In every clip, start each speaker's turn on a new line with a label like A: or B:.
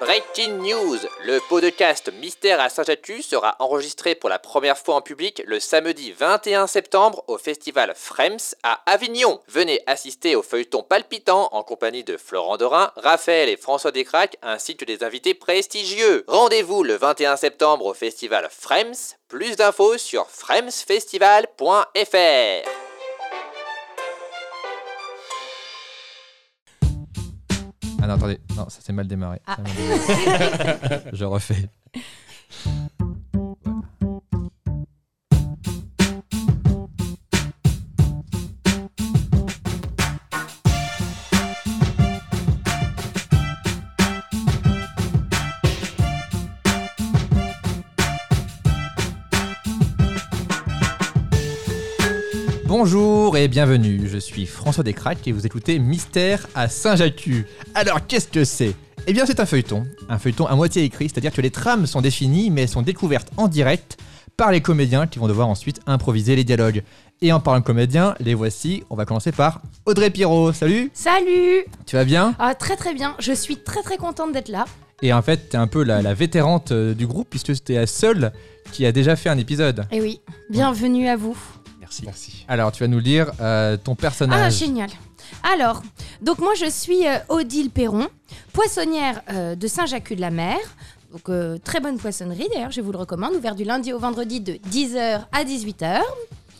A: Breaking News Le podcast Mystère à Saint-Jatu sera enregistré pour la première fois en public le samedi 21 septembre au festival Frems à Avignon. Venez assister au feuilleton palpitant en compagnie de Florent Dorin, Raphaël et François Descraques ainsi que des invités prestigieux. Rendez-vous le 21 septembre au festival Frems. Plus d'infos sur fremsfestival.fr. Ah non, attendez, non, ça s'est mal démarré.
B: Ah.
A: Ça m'a mal démarré. Je refais. Bonjour et bienvenue, je suis François Descraques et vous écoutez Mystère à Saint-Jacques. Alors qu'est-ce que c'est Eh bien c'est un feuilleton, un feuilleton à moitié écrit, c'est-à-dire que les trames sont définies mais elles sont découvertes en direct par les comédiens qui vont devoir ensuite improviser les dialogues. Et en parlant de comédiens, les voici, on va commencer par Audrey Pirot, salut,
B: Salut
A: tu vas bien
B: ah, Très très bien, je suis très très contente d'être là.
A: Et en fait t'es un peu la, la vétérante euh, du groupe puisque c'était la seule qui a déjà fait un épisode.
B: Et Eh oui, bienvenue à vous.
C: Merci. Merci.
A: Alors tu vas nous lire euh, ton
B: Ah,
A: personnage.
B: génial. Alors, donc moi je suis euh, Odile Perron, poissonnière euh, de Saint-Jacques-de-la-Mer. Donc euh, très bonne poissonnerie d'ailleurs, je vous le recommande, ouvert du lundi au vendredi de 10h à 18h.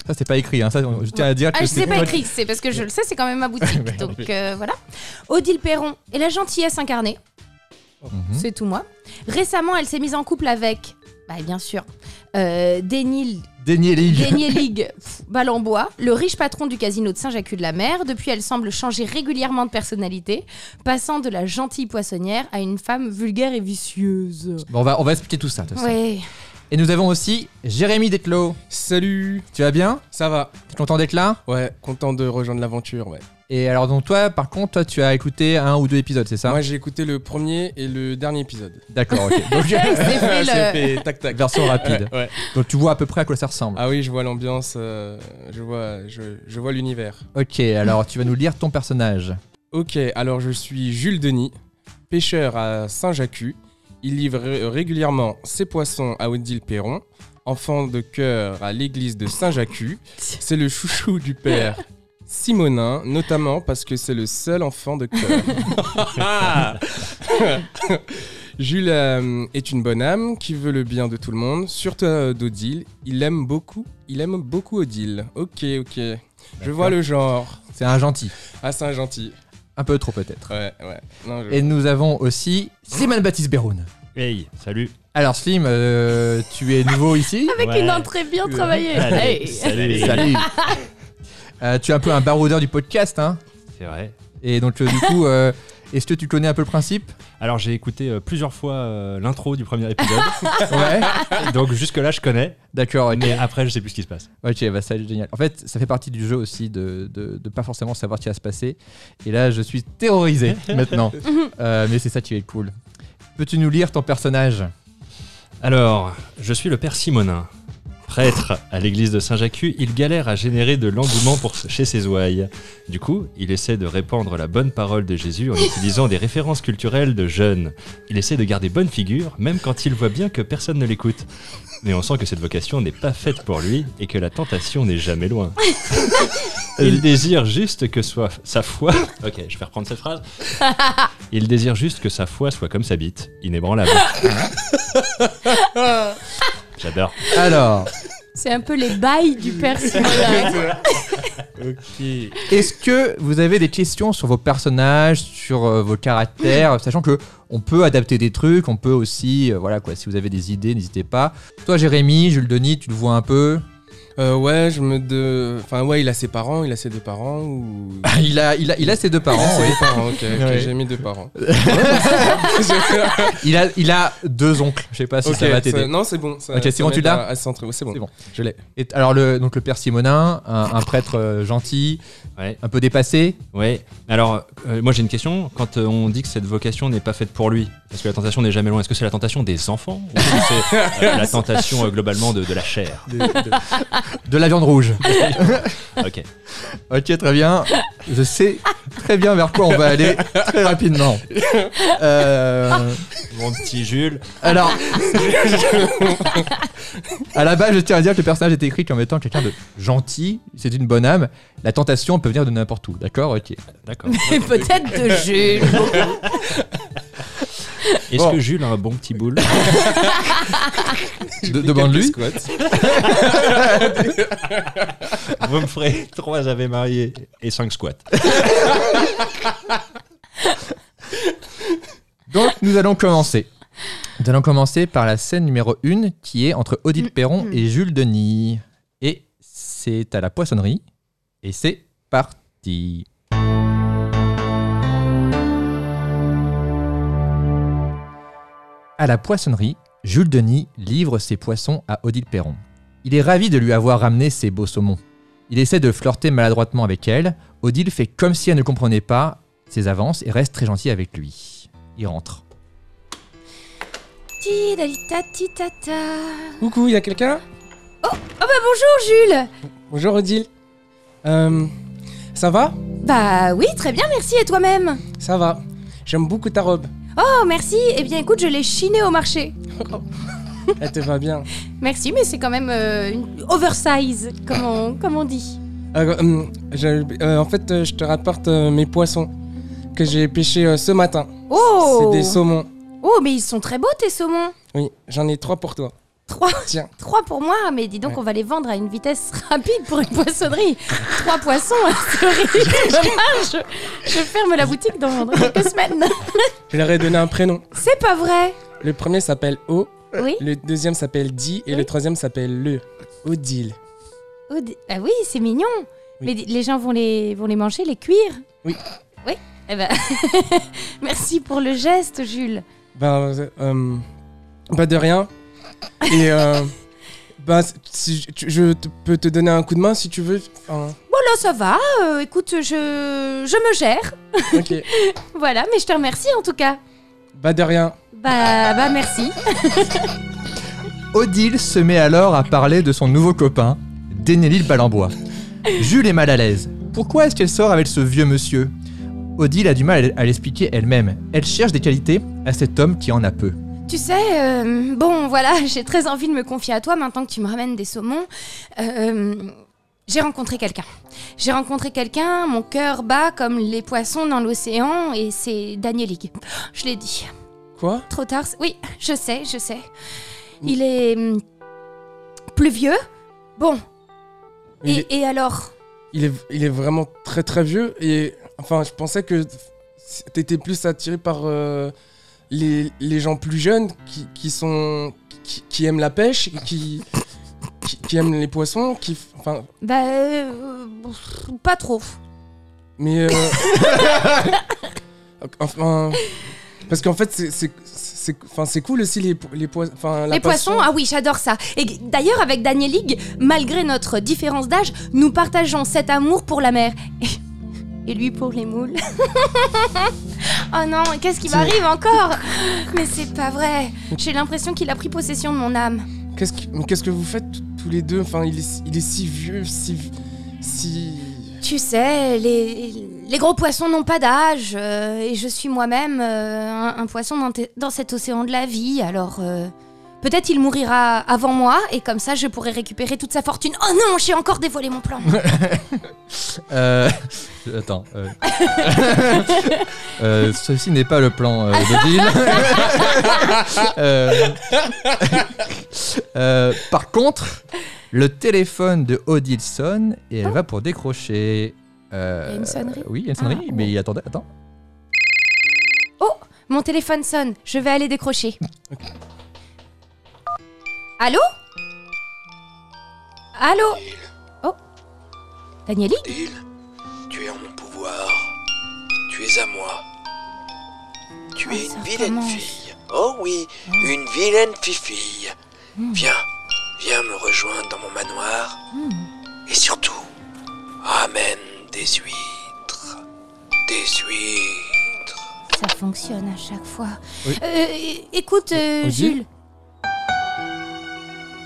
A: ça c'est pas écrit, hein, ça, on- je tiens à dire
B: Ah,
A: que
B: je
A: c'est
B: sais pas
A: toi-
B: écrit, c'est parce que je le sais, c'est quand même ma
A: Ouais,
B: boutique.
A: oui.
B: donc euh, voilà. Odile Perron est la gentillesse incarnée.
A: Mhm.
B: C'est tout moi. Récemment, elle s'est mise en couple avec, bah, bien sûr, euh, Denil
A: Dénier Ligue.
B: Gagné Ligue Balambois, le riche patron du casino de Saint-Jacques-de-la-Mer. Depuis, elle semble changer régulièrement de personnalité, passant de la gentille poissonnière à une femme vulgaire et vicieuse.
A: Bon, on va, on va expliquer tout ça. de toute façon.
B: Ouais.
A: Et nous avons aussi Jérémy Detlo.
C: Salut.
A: Tu vas bien
C: Ça va.
A: T'es content d'être là
C: Ouais, content de rejoindre l'aventure, ouais.
A: Et alors, donc, toi, par contre, toi, tu as écouté un ou deux épisodes, c'est ça
C: Moi, j'ai écouté le premier et le dernier épisode.
A: D'accord, ok. Donc,
B: C'est fait le-
C: Ah, C'est fait tac tac.
A: version rapide.
C: Ouais.
A: Donc, tu vois à peu près à quoi ça ressemble.
C: Ah oui, je vois l'ambiance, euh, je vois, je, je vois l'univers.
A: Ok, alors, tu vas nous lire ton personnage.
C: Ok, alors je suis Jules Denis, pêcheur à Saint-Jacques. Il livre ré- euh, régulièrement ses poissons à Odile Perron, enfant de cœur à l'église de Saint-Jacques. C'est le chouchou du père Simonin, notamment parce que c'est le seul enfant de cœur. Jules euh, est une bonne âme qui veut le bien de tout le monde, surtout euh, d'Odile. Il aime beaucoup, il aime beaucoup Odile. Ok, ok. Je vois le genre.
A: C'est un gentil.
C: Ah, c'est un gentil.
A: Un peu trop, peut-être.
C: Ouais, ouais. Non, je-
A: Et nous avons aussi Slimane Baptiste Beroun.
D: Hey, salut.
A: Alors, Slim, euh, tu es nouveau ici
B: Avec
D: Ouais.
B: une entrée bien travaillée. Hey.
D: salut.
A: Salut Euh, Tu es un peu un baroudeur du podcast, hein
D: C'est vrai.
A: Et donc, euh, du coup, euh, est-ce que tu connais un peu le principe
D: Alors j'ai écouté euh, plusieurs fois euh, l'intro du premier épisode,
A: Ouais.
D: donc jusque là je connais,
A: D'accord, ok.
D: mais après je sais plus ce qui se passe.
A: Ok, bah ça, génial. En fait, ça fait partie du jeu aussi de, de, de pas forcément savoir ce qui va se passer. Et là, je suis terrorisé maintenant. Euh, mais c'est ça qui est cool. Peux-tu nous lire ton personnage
D: Alors, je suis le père Simonin. Prêtre à l'église de Saint-Jacques, il galère à générer de l'engouement pour chez ses ouailles. Du coup, il essaie de répandre la bonne parole de Jésus en utilisant des références culturelles de jeunes. Il essaie de garder bonne figure, même quand il voit bien que personne ne l'écoute. Mais on sent que cette vocation n'est pas faite pour lui et que la tentation n'est jamais loin. Il désire juste que soit sa foi. Ok, je vais reprendre cette phrase. Il désire juste que sa foi soit comme sa bite, inébranlable. J'adore.
A: Alors,
B: C'est un peu les bails du père Simonin.
C: Ok.
A: est-ce que vous avez des questions sur vos personnages, sur euh, vos caractères, sachant que on peut adapter des trucs, on peut aussi, euh, voilà quoi, si vous avez des idées, n'hésitez pas. Toi, Jérémy, Jules Denis, tu le vois un peu.
C: Euh, ouais, je me. De... Enfin, ouais, il a ses parents, il a ses deux parents ou.
A: il a, il a, il a ses deux parents.
C: Ses
A: oui.
C: deux parents, ok, ok,
A: Ah Ouais.
C: j'ai mis deux parents.
A: Il a, il a deux oncles. Je sais pas si
C: Ok,
A: ça va t'aider.
C: ça- Non, c'est bon. ça-
A: Ok,
C: ça
A: c'est bon, tu
C: m'aide
A: l'as
C: à- à se centrer, ouais, C'est bon.
A: C'est bon.
C: Je l'ai.
A: Et alors le, donc le père Simonin, un, un prêtre euh, gentil,
D: Ouais.
A: un peu dépassé.
D: Ouais. Alors, euh, moi j'ai une question. Quand euh, on dit que cette vocation n'est pas faite pour lui, parce que la tentation n'est jamais loin, est-ce que c'est la tentation des enfants ou est-ce que c'est euh, la tentation euh, globalement de, de la chair
A: De la viande rouge.
D: Ok.
A: ok, très bien. Je sais très bien vers quoi on va aller très rapidement. Euh,
D: Mon petit Jules.
A: Alors, à la base, je tiens à dire que le personnage est écrit comme étant quelqu'un de gentil, c'est une bonne âme. La tentation peut venir de n'importe où, d'accord Ok.
D: D'accord.
B: Mais peut-être de Jules.
D: Est-ce
A: Bon.
D: que Jules a un bon petit boule
A: De- Demande-lui.
D: Vous me ferez 3 Ave mariés et 5 squats.
A: Donc, nous allons commencer. Nous allons commencer par la scène numéro 1 qui est entre Odile Perron et Jules Denis. Et c'est à la poissonnerie. Et c'est parti. À la poissonnerie, Jules Denis livre ses poissons à Odile Perron. Il est ravi de lui avoir ramené ses beaux saumons. Il essaie de flirter maladroitement avec elle. Odile fait comme si elle ne comprenait pas ses avances et reste très gentille avec lui. Il rentre.
B: Tidalita, titata.
C: Coucou, il y a quelqu'un
B: Oh bah bonjour Jules
C: Bonjour Odile. Euh, ça va
B: Bah oui, très bien, merci, et toi-même
C: Ça va. J'aime beaucoup ta robe.
B: Oh merci, eh bien écoute, je l'ai chiné au marché.
C: Elle te va bien.
B: Merci, mais c'est quand même euh, une oversize, comme on, comme on dit.
C: Euh, hum, je- euh, en fait, euh, je te rapporte euh, mes poissons que j'ai pêchés euh, ce matin.
B: Oh
C: C'est des saumons.
B: Oh, mais ils sont très beaux tes saumons
C: Oui, j'en ai trois pour toi.
B: Trois,
C: Tiens.
B: trois pour moi, mais dis donc,
C: Ouais.
B: on va les vendre à une vitesse rapide pour une poissonnerie. trois poissons, c'est horrible. je, je ferme la boutique dans quelques semaines.
C: Je leur ai donné un prénom.
B: C'est pas vrai
C: Le premier s'appelle O,
B: Oui
C: le deuxième s'appelle Di et le troisième s'appelle Le. Odile.
B: Oh, d- ah oui, c'est mignon.
C: Oui.
B: Mais d- les gens vont les, vont les manger, les cuire
C: Oui.
B: Oui. Eh ben, merci pour le geste, Jules.
C: Ben, euh, euh, bah de rien. Et euh, bah, si je- tu- je te- peux te donner un coup de main si tu veux. Enfin,
B: Bon, là, ça va. euh, écoute, je, je me gère.
C: ok.
B: Voilà, mais je te remercie en tout cas.
C: Bah de rien.
B: Bah, bah merci.
A: Odile se met alors à parler de son nouveau copain, Dénélil Balambois. Jules est mal à l'aise. Pourquoi est-ce qu'elle sort avec ce vieux monsieur Odile a du mal à l'expliquer elle-même. Elle cherche des qualités à cet homme qui en a peu.
B: Tu sais, euh, bon, voilà, j'ai très envie de me confier à toi maintenant que tu me ramènes des saumons. Euh, j'ai rencontré quelqu'un. J'ai rencontré quelqu'un, mon cœur bat comme les poissons dans l'océan, et c'est Daniel Higg. Je l'ai dit.
C: Quoi
B: Trop tard. c'est- Oui, je sais, je sais. Il est hum, plus vieux. Bon,
C: il,
B: et,
C: est,
B: et alors
C: il, est, il est vraiment très très vieux et enfin je pensais que t'étais plus attiré par euh, les, les gens plus jeunes qui, qui sont qui, qui aiment la pêche, qui, qui, qui aiment les poissons, qui f- enfin
B: Bah, euh, pff, pas trop.
C: Mais. euh, enfin. Parce qu'en fait, c'est- c'est- c'est enfin, c'est cool aussi les, po- les, poissons. enfin, la
B: Les poissons,
C: passion.
B: ah oui, j'adore ça. Et g- d'ailleurs, avec Daniel Higg, malgré notre différence d'âge, nous partageons cet amour pour la mer. Et lui pour les moules. oh non, qu'est-ce qui
C: C'est-
B: m'arrive encore Mais c'est pas vrai. J'ai l'impression qu'il a pris possession de mon âme.
C: Qu'est-ce que, mais qu'est-ce que vous faites t- tous les deux Enfin, il est, il est si vieux, si. vi- si...
B: Tu sais, les, les gros poissons n'ont pas d'âge. euh, et je suis moi-même euh, un, un poisson dans, te- dans cet océan de la vie. Alors. euh, Peut-être il mourira avant moi et comme ça je pourrai récupérer toute sa fortune. Oh non, j'ai encore dévoilé mon plan.
A: Euh... Attends. euh. Euh, ceci n'est pas le plan euh, d'Odile. Euh, euh, par contre, le téléphone de Odile sonne et elle va pour décrocher.
B: Ah.
A: Euh,
B: Il y a une sonnerie
A: Oui, il y a une sonnerie,
B: Ah,
A: mais il attendait. Attends.
B: Oh, Mon téléphone sonne, je vais aller décrocher. Allô Allô Oh Danieli
E: Odile, tu es en mon pouvoir. Tu es à moi. Tu
B: Ah,
E: es
B: ça
E: une vilaine
B: recommence.
E: fille. Oh oui, une vilaine fifille.
B: Hmm.
E: Viens, viens me rejoindre dans mon manoir. Et surtout, ramène des huîtres. Des huîtres.
B: Ça fonctionne à chaque fois.
A: Oui.
B: Euh, é- écoute, euh,
C: Odile
B: Jules.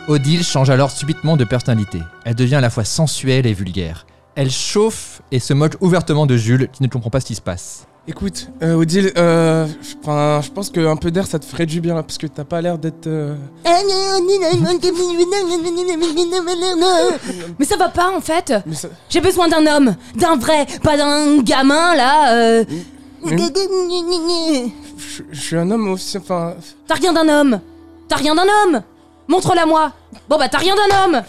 A: Odile change alors subitement de personnalité. Elle devient à la fois sensuelle et vulgaire. Elle chauffe et se moque ouvertement de Jules qui ne comprend pas ce qui se passe.
C: Écoute, euh, Odile, euh, je- 'fin, je pense qu'un peu d'air, ça te ferait du bien, hein, parce que t'as pas l'air d'être... euh,
B: Mais ça va pas en fait.
C: mais ça-
B: J'ai besoin d'un homme, d'un vrai, pas d'un gamin là. euh.
C: mais oui, je je suis un homme aussi, enfin...
B: T'as rien d'un homme. T'as rien d'un homme. Montre-la moi. Bon bah t'as rien d'un homme.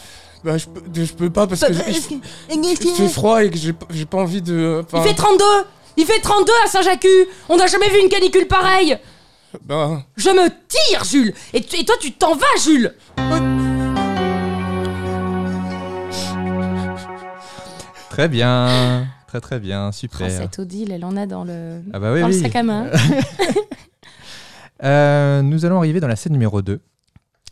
C: Bah, je peux, je peux pas,
B: Bah,
C: parce que je- je- il fait
B: Il
C: froid et que j'ai p- j'ai pas envie de... euh, 'fin,
B: fait 32. Il fait 32 à Saint-Jacques. On n'a jamais vu une canicule pareille.
C: bah,
B: Je me tire, Jules. Et, tu- et toi tu t'en vas, Jules.
A: Très bien. Très très bien, super.
D: hein.
B: Odile, elle en a dans le,
A: Ah bah oui, oui.
B: à main.
A: Euh, nous allons arriver dans la scène numéro 2.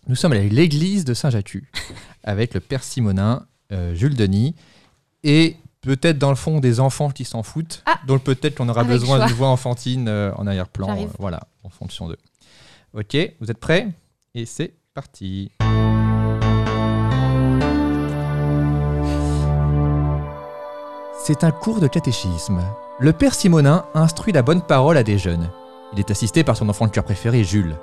A: Nous sommes à l'église de Saint-Jacques avec le père Simonin, euh, Jules Denis et peut-être dans le fond des enfants qui s'en foutent,
B: Ah.
A: donc peut-être qu'on aura
B: Avec
A: besoin
B: joie.
A: d'une voix enfantine euh, en arrière-plan.
B: J'arrive.
A: euh, voilà, en fonction d'eux. Ok, vous êtes prêts Et c'est parti. C'est un cours de catéchisme. Le père Simonin instruit la bonne parole à des jeunes. Il est assisté par son enfant de cœur préféré, Jules.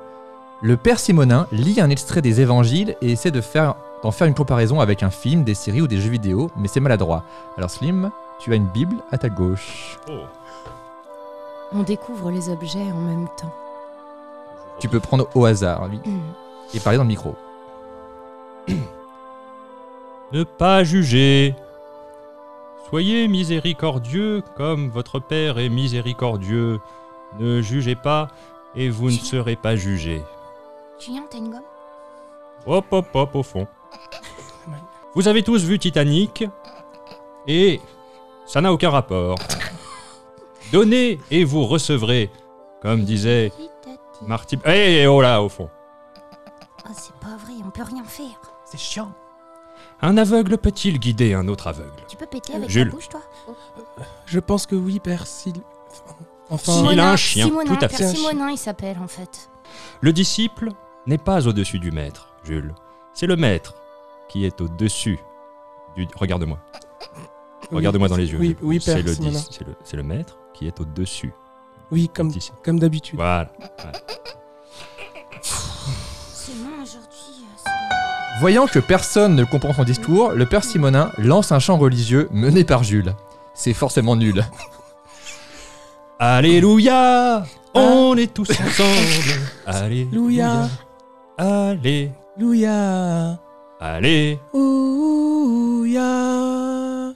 A: Le père Simonin lit un extrait des évangiles et essaie de faire, d'en faire une comparaison avec un film, des séries ou des jeux vidéo, mais c'est maladroit. Alors Slim, tu as une Bible à ta gauche.
D: Oh.
B: On découvre les objets en même temps.
A: Tu peux prendre au hasard, lui, et parler dans le micro.
D: Ne pas juger. Soyez miséricordieux comme votre Père est miséricordieux. Ne jugez pas et vous ne serez pas jugés.
B: Julien, t'as une gomme
D: Hop hop hop au fond. Vous avez tous vu Titanic et ça n'a aucun rapport. Donnez et vous recevrez, comme disait Marty. Eh oh là au fond.
B: Oh, c'est pas vrai, on peut rien faire.
A: C'est chiant.
D: Un aveugle peut-il guider un autre aveugle
B: Tu peux péter
D: avec ta Jules.
B: bouche, toi
C: je pense que oui, père, si... Enfin...
D: Si. S'il a un chien,
B: Simonin,
D: tout à
B: Père
C: fait.
B: Simonin, il s'appelle en fait.
D: Le disciple n'est pas au-dessus du maître, Jules. C'est le maître qui est au-dessus du. Regarde-moi.
C: oui.
D: Regarde-moi dans les yeux.
C: Oui,
D: Jules.
C: oui père,
D: c'est le, dis-
C: Simonin.
D: c'est le- c'est le maître qui est au-dessus.
C: Oui, comme,
D: du disciple.
C: comme d'habitude.
D: Voilà.
B: C'est non aujourd'hui. euh,
A: Voyant que personne ne comprend son discours, le père Simonin lance un chant religieux mené par Jules. C'est forcément nul.
D: Alléluia On est tous ensemble. Alléluia.
C: Louia,
D: Allez.
C: Louia,
D: Allez.
C: Ouya.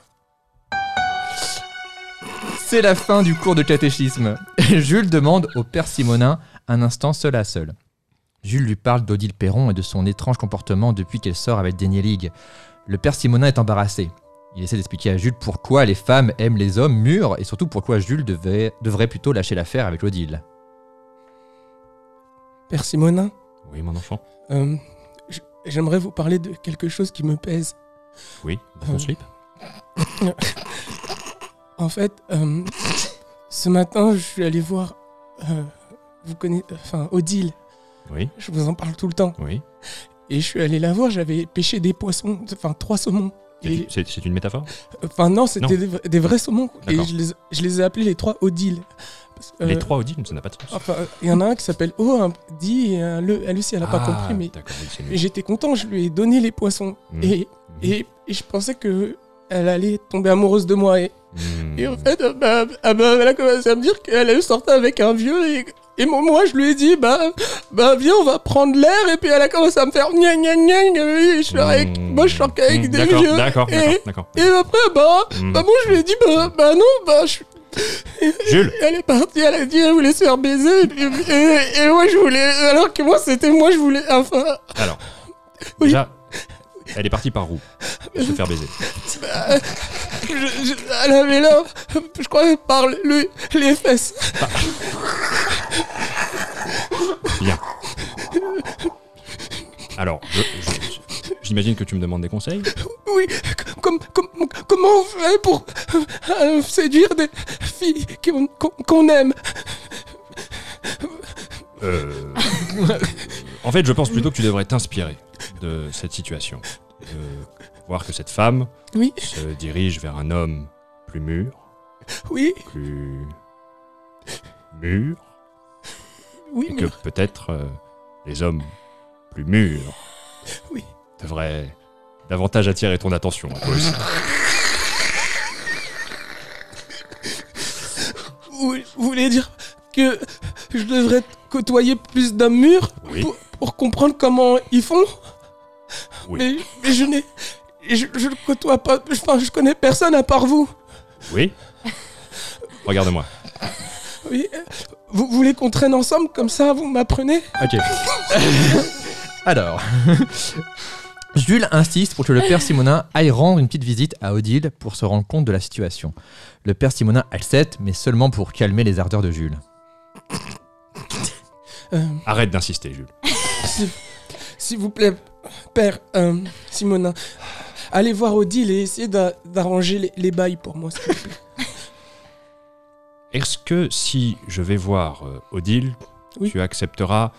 A: C'est la fin du cours de catéchisme. Jules demande au père Simonin un instant seul à seul. Jules lui parle d'Odile Perron et de son étrange comportement depuis qu'elle sort avec Daniel League. Le père Simonin est embarrassé. Il essaie d'expliquer à Jules pourquoi les femmes aiment les hommes mûrs et surtout pourquoi Jules devait- devrait plutôt lâcher l'affaire avec Odile.
C: Père Simonin,
D: Oui, mon enfant.
C: euh, j- j'aimerais vous parler de quelque chose qui me pèse.
D: Oui, dans ton
C: Euh.
D: slip.
C: En fait, euh, ce matin, je suis allé voir. euh, vous connaissez. Enfin, Odile.
D: Oui,
C: Je vous en parle tout le temps.
D: oui.
C: Et je suis allé la voir, j'avais pêché des poissons. Enfin, trois saumons.
D: C'est-
C: Et-
D: C'est c'est une métaphore
C: Enfin, non, c'était
D: Non.
C: des, vra- des vrais saumons. Et
D: D'accord.
C: je les, je les ai appelés les trois Odile. Parce que, euh, Ah,
D: Les trois Odile, ça n'a pas de sens.
C: Enfin, il y en a un qui s'appelle O, un dit et un le. Elle aussi, elle a pas
D: Ah,
C: compris, mais.
D: D'accord, oui, c'est
C: Et
D: nul.
C: j'étais content, je lui ai donné les poissons.
D: Mmh.
C: Et, et, et je pensais que elle allait tomber amoureuse de moi. Et,
D: Mmh.
C: et en fait, euh, bah, ah bah, elle a commencé à me dire qu'elle allait sortir avec un vieux. Et, et moi, moi, je lui ai dit, bah, bah viens, on va prendre l'air. Et puis elle a commencé à me faire gna gna gna. gna, oui, je sors avec,
D: Mmh.
C: moi, je sors qu'avec
D: Mmh,
C: des
D: d'accord,
C: vieux.
D: D'accord, d'accord,
C: Et,
D: d'accord.
C: et après, bah,
D: Mmh.
C: bah, moi, je lui ai dit, bah, bah non, bah, je,
D: Jules
C: elle est partie, elle a dit, elle voulait se faire baiser. Et, puis- et- et moi, je voulais, alors que moi, c'était moi, je voulais, enfin,
D: Alors,
C: Oui.
D: déjà, elle est partie par où Pour se faire baiser.
C: Je- je- elle avait là, je crois, par le, les fesses.
D: Bien. Alors, je- je- j'imagine que tu me demandes des conseils.
C: Oui, comme, comme, comment on fait pour euh, séduire des filles qu'on qu'on- qu'on aime
D: Euh, en fait, je pense plutôt que tu devrais t'inspirer de cette situation. De voir que cette femme
C: Oui,
D: se dirige vers un homme plus mûr,
C: oui,
D: plus mûrs
C: Oui,
D: et
C: mais
D: que peut-être euh, les hommes plus mûrs
C: Oui.
D: devraient davantage attirer ton attention. à toi aussi.
C: vous, vous voulez dire que je devrais côtoyer plus d'hommes mûrs
D: Oui.
C: pour, pour comprendre comment ils font
D: Oui.
C: Mais, mais je n'ai. Je, je ne côtoie pas. Enfin, je connais personne à part vous.
D: Oui Regarde-moi.
C: Oui. euh, Vous voulez qu'on traîne ensemble comme ça Vous m'apprenez
A: Ok. Alors, Jules insiste pour que le père Simonin aille rendre une petite visite à Odile pour se rendre compte de la situation. Le père Simonin accepte, mais seulement pour calmer les ardeurs de Jules.
C: Euh,
D: Arrête d'insister, Jules.
C: S'il- S'il vous plaît, père euh, Simonin, allez voir Odile et essayez d'a- d'arranger les, les bails pour moi. s'il vous plaît.
D: Est-ce que si je vais voir euh, Odile,
C: Oui.
D: tu accepteras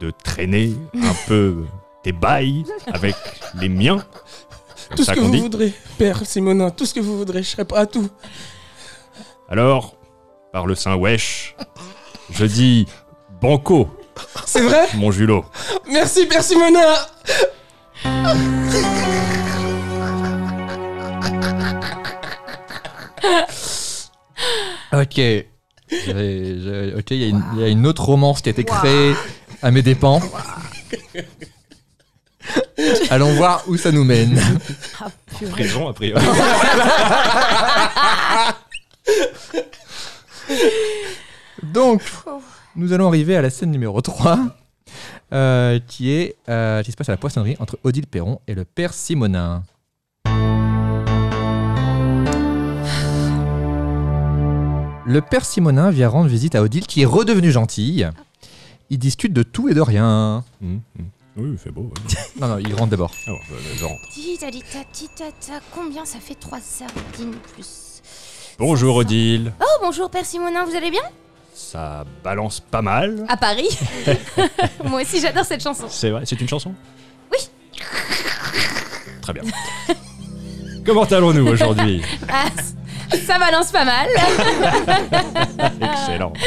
D: de traîner un peu tes bails avec les miens Comme
C: Tout ce
D: ça
C: que
D: qu'on
C: vous
D: dit.
C: voudrez, père Simonin, tout ce que vous voudrez, je serai prêt à tout.
D: Alors, par le Saint Wesh, je dis banco,
C: C'est vrai
D: mon Julot.
C: Merci, père Simonin
A: Ok. J'ai- j'ai- Ok, il y, a une- il y a une autre romance qui a été créée à mes dépens. Allons voir où ça nous mène.
D: Prison, a priori.
A: Donc, nous allons arriver à la scène numéro 3, euh, qui, est, euh, qui se passe à la poissonnerie entre Odile Perron et le père Simonin. Le père Simonin vient rendre visite à Odile, qui est redevenue gentille. Ils discutent de tout et de rien.
D: Mm, mm. Oui, il fait beau. oui.
A: Non, non, ils rentrent d'abord.
D: Ah bon, je- je rentre.
B: Dis, Dali, ta petite tata, combien ça fait trois sardines plus
D: Bonjour Odile,
B: Oh, bonjour, Père Simonin, vous allez bien
D: ça balance pas mal.
B: À Paris Moi aussi, j'adore cette chanson.
D: C'est vrai, c'est une chanson
B: Oui.
D: Très bien. Comment allons-nous aujourd'hui
B: Ah, ça balance pas mal. Ah.
D: Excellent.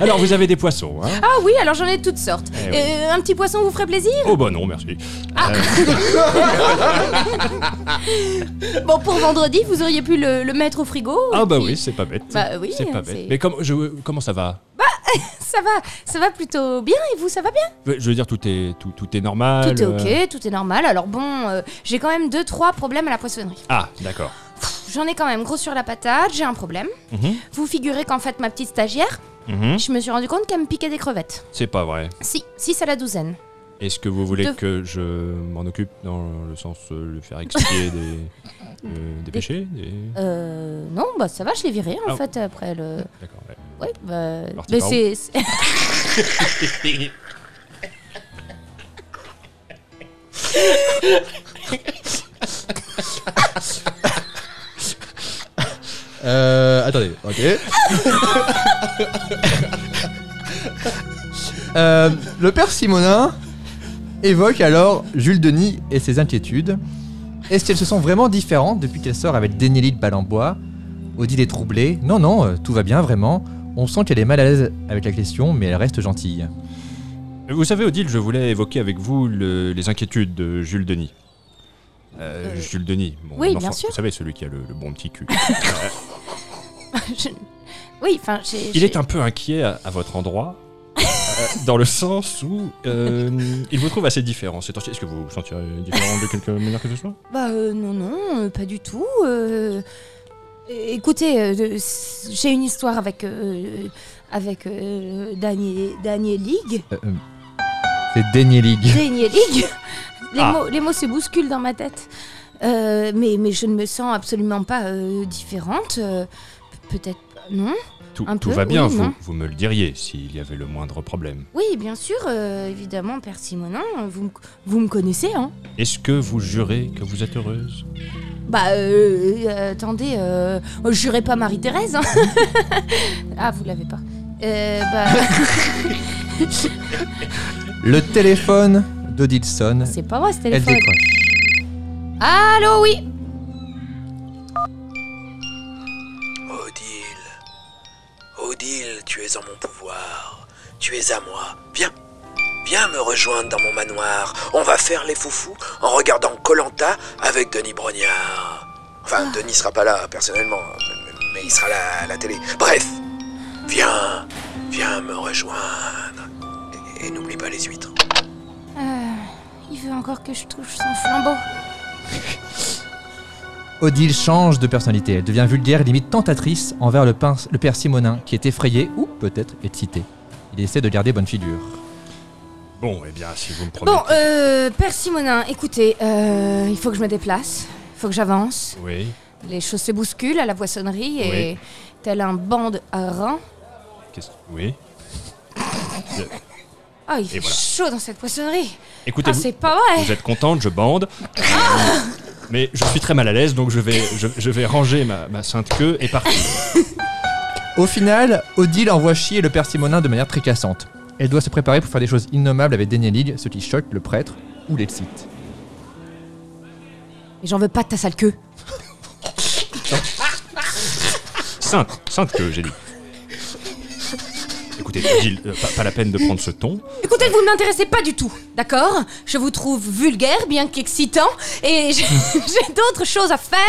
D: Alors, vous avez des poissons, hein
B: Ah oui, alors j'en ai de toutes sortes.
D: Eh oui.
B: Euh, un petit poisson vous ferait plaisir
D: Oh bah non, merci.
B: Ah, Bon, pour vendredi, vous auriez pu le, le mettre au frigo.
D: Ah
B: et
D: bah
B: puis-
D: oui, c'est pas bête.
B: Bah oui,
D: c'est pas
B: c'est-
D: bête. Mais comme, je, comment ça va
B: Ça va, ça va plutôt bien et vous, ça va bien
D: Je veux dire, tout est, tout, tout est normal.
B: Tout est
D: euh,
B: ok, tout est normal. Alors bon, euh, j'ai quand même deux, trois problèmes à la poissonnerie.
D: Ah, d'accord.
B: J'en ai quand même gros sur la patate, j'ai un problème.
D: Mhm,
B: Vous figurez qu'en fait, ma petite stagiaire,
D: mhm.
B: je me suis rendu compte qu'elle me piquait des crevettes.
D: C'est pas vrai.
B: Si, six à la douzaine.
D: Est-ce que vous voulez
B: De-
D: que je m'en occupe dans le sens euh, de faire expier des, euh, des péchés des-
B: Euh, non, bah ça va, je l'ai viré en
D: Ah.
B: fait après le.
D: D'accord. ouais.
B: Ouais, bah.
D: Parti
B: Mais
D: par où
B: c'est. c'est-
A: Euh, attendez, ok. Euh, le père Simonin évoque alors Jules Denis et ses inquiétudes. Est-ce qu'elles se sont vraiment différentes depuis qu'elle sort avec Dénélie de Balambois Odile est troublée. Non, non, euh, tout va bien, vraiment. On sent qu'elle est mal à l'aise avec la question, mais elle reste gentille.
D: Vous savez, Odile, je voulais évoquer avec vous le- les inquiétudes de Jules Denis. Euh,
B: Euh,
D: Jules Denis, mon
B: oui,
D: enfant,
B: bien sûr.
D: vous savez, celui qui a le, le bon petit cul.
B: je- Oui, enfin, j'ai.
D: Il
B: j'ai-
D: est un peu inquiet à, à votre endroit, euh, dans le sens où euh, il vous trouve assez différent. C'est- Est-ce que vous vous sentirez différent de quelque manière que ce soit
B: Bah euh, non, non, euh, pas du tout. euh, é- Écoutez, euh, de- s- j'ai une histoire avec euh, avec euh, Daniel, Daniel League.
A: Euh, euh, c'est Dénélie.
B: Daniel League. Les,
D: Ah.
B: mots, les mots se bousculent dans ma tête. Euh, mais, mais je ne me sens absolument pas euh, différente. euh, pe- Peut-être pas, non
D: Tout,
B: Un
D: tout
B: peu,
D: va bien,
B: oui, non
D: vous, vous me le diriez s'il y avait le moindre problème.
B: Oui, bien sûr, euh, évidemment, Père Simonin, vous, me- vous me connaissez, hein
D: Est-ce que vous jurez que vous êtes heureuse
B: Bah, euh, euh, attendez, euh, oh, j'irai pas Marie-Thérèse. hein. ah, vous l'avez pas. Euh, bah,
A: Le téléphone d'Odile sonne.
B: c'est pas moi ce
A: Elle
B: téléphone.
A: décroche.
B: Allô, oui.
E: Odile. Odile. Odile, tu es en mon pouvoir. Tu es à moi. Viens. Viens me rejoindre dans mon manoir. On va faire les foufous en regardant Colanta avec Denis Brognard. Enfin, Denis sera pas là personnellement, mais- mais il sera là à la télé. Bref, viens, viens me rejoindre. Et, et n'oublie pas les huîtres.
B: Il veut encore que je touche son flambeau.
A: Odile change de personnalité. Elle devient vulgaire, limite tentatrice envers le, pince- le père Simonin, qui est effrayé ou peut-être excité. Il essaie de garder bonne figure.
D: Bon, eh bien, si vous me promettez.
B: Bon, euh, Père Simonin, écoutez, euh, il faut que je me déplace, il faut que j'avance.
D: Oui.
B: Les choses se bousculent à la poissonnerie et tel un banc de harengs.
D: qu'est-ce- Oui.
B: Ah, il fait
D: voilà.
B: chaud dans cette poissonnerie.
D: Écoutez,
B: Ah,
D: vous,
B: c'est pas Ah. vrai.
D: vous êtes contente, je bande. Mais je suis très mal à l'aise, donc je vais, je, je vais ranger ma, ma sainte queue et partir.
A: Au final, Odile envoie chier le père Simonin de manière très cassante. Elle doit se préparer pour faire des choses innommables avec Daniel Hill, ce qui choque le prêtre ou l'excite.
B: Et J'en veux pas de ta sale queue.
D: Sainte, sainte queue, j'ai dit. Écoutez, Gilles, euh, pas, pas la peine de prendre ce ton.
B: Écoutez, vous ne m'intéressez pas du tout, d'accord Je vous trouve vulgaire, bien qu'excitant, et j'ai j'ai d'autres choses à faire